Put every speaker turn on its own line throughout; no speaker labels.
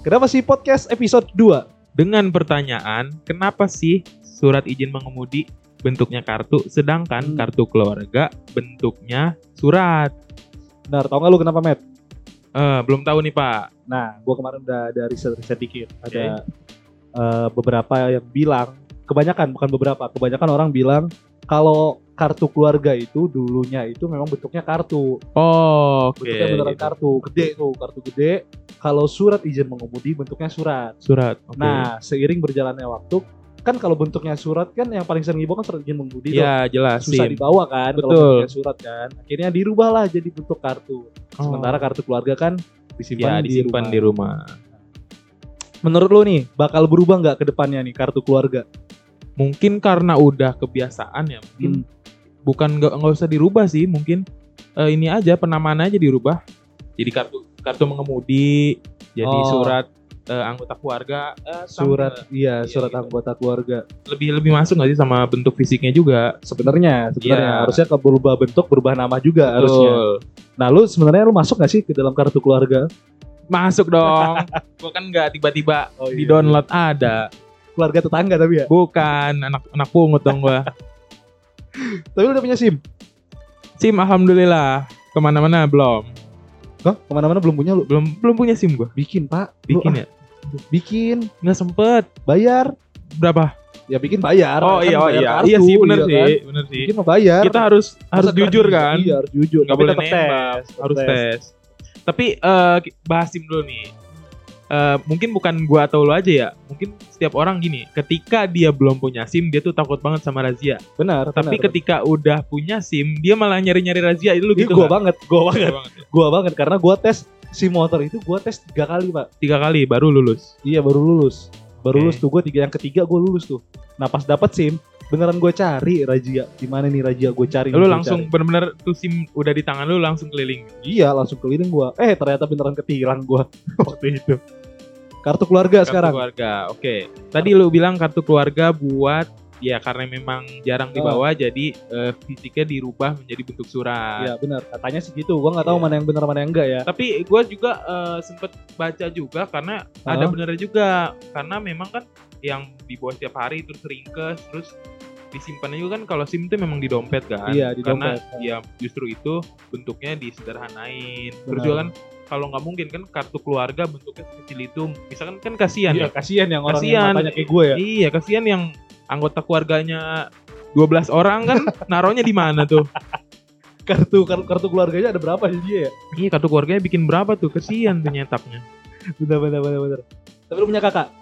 Kenapa sih podcast episode 2?
Dengan pertanyaan, kenapa sih surat izin mengemudi bentuknya kartu, sedangkan
Hmm.
kartu keluarga bentuknya surat?
Benar, tau gak lu kenapa, Matt?
Eh, belum tahu nih Pak.
Nah, gua kemarin udah ada riset-riset dikit. Ada eh, beberapa yang bilang, kebanyakan, bukan beberapa, kebanyakan orang bilang kalau kartu keluarga itu dulunya itu memang bentuknya kartu.
Oh, oke.
Bentuknya beneran
gitu.
kartu, gede tuh, kartu gede. Kalau surat izin mengemudi bentuknya surat.
Surat. oke.
Nah, seiring berjalannya waktu, kan kalau bentuknya surat kan yang paling sering dibawa kan surat izin mengemudi tuh.
ya jelas.
susah
Sim.
dibawa kan kalau
Betul.
bentuknya surat kan akhirnya dirubahlah jadi bentuk kartu
Oh.
sementara kartu keluarga kan
ya,
disimpan,
disimpan di rumah.
menurut lo nih bakal berubah nggak ke depannya nih kartu keluarga
Mungkin karena udah kebiasaan ya, mungkin
Hmm,
bukan nggak nggak usah dirubah sih mungkin eh, ini aja penamaan aja dirubah jadi kartu kartu mengemudi jadi
Oh.
surat eh, anggota keluarga eh, sama-
surat iya
Iya,
surat
gitu.
anggota keluarga
lebih lebih masuk nggak sih sama bentuk fisiknya juga
sebenarnya sebenarnya
Ya. Iya.
harusnya kalau berubah bentuk berubah nama juga harusnya
Betul.
nah lu sebenarnya lu masuk nggak sih ke dalam kartu keluarga
masuk dong gua kan nggak tiba-tiba
oh,
di download ada
keluarga tetangga tapi ya
bukan anak anak pungut dong gua
tapi lu udah punya sim
sim alhamdulillah kemana-mana belum
Hah? kemana-mana belum punya lu
belum belum punya sim gua
bikin pak Lu,
bikin ya
ah, bikin
nggak sempet
bayar
berapa
ya bikin bayar
oh
Kan
iya oh
bayar
iya
kartu,
iya sih bener
iya
sih
kan?
bener sih
bikin mah bayar
kita harus harus
Masa
jujur
kerja?
kan
Iya harus jujur.
Nggak
Tapi
boleh
tetap
nembak,
tes, tetap
harus tes. Tapi eh, ki- bahas tim dulu nih. Eh, mungkin bukan gua atau lo aja ya. Mungkin setiap orang gini, ketika dia belum punya SIM, dia tuh takut banget sama razia.
Benar.
Tapi
benar,
ketika udah punya SIM, dia malah nyari-nyari razia.
benar.
Lu
Ini
gitu
gua
nggak?
banget, gua
Iya
banget,
banget.
gua banget karena gua tes si motor itu gua tes tiga kali pak.
Tiga kali baru lulus.
Iya baru lulus, baru
Oke.
lulus tuh gua tiga yang ketiga gua lulus tuh. Nah pas dapat sim, beneran gua cari razia. Gimana nih razia gua cari?
Lu
gua
langsung
cari.
bener-bener tuh SIM udah di tangan lu langsung keliling.
Iya langsung keliling gua. Eh ternyata beneran ketilang gua waktu itu. Kartu keluarga
Kartu
sekarang.
keluarga. Oke. Tadi lu bilang kartu keluarga buat ya karena memang
Oh.
jarang dibawa jadi eh, fisiknya dirubah menjadi bentuk surat.
Iya benar. Katanya sih gitu. Gua nggak tahu
Iya.
mana yang benar mana yang enggak ya.
tapi gue juga eh, sempet baca juga karena
Hah?
ada benernya juga karena memang kan yang dibawa setiap hari terus ringkes terus disimpannya juga kan kalau sim itu memang di dompet kan
Iya, di
karena
dompet.
ya justru itu bentuknya disederhanain terus
Benar.
juga kan kalau nggak mungkin kan kartu keluarga bentuknya kecil itu misalkan kan kasihan
Iya,
ya
kasihan yang orang yang
Kasihan.
matanya kayak gue ya.
iya kasihan yang anggota keluarganya 12 orang kan naruhnya di mana tuh
Kartu kartu, kartu keluarganya ada berapa sih dia ya?
iya kartu keluarganya bikin berapa tuh kasihan tuh nyetaknya
Bener bener bener bener. Tapi lu punya kakak?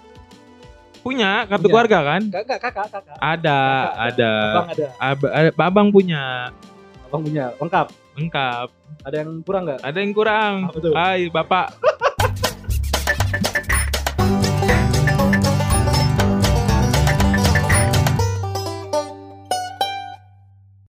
punya kartu
Punya.
keluarga kan
Kakak kakak kakak.
Ada,
Kakak
ada.
Abang ada,
Ab- ada- abang punya
abang punya lengkap.
lengkap.
Ada yang kurang nggak?
Ada yang kurang.
Apa tuh?
Hai, Bapak.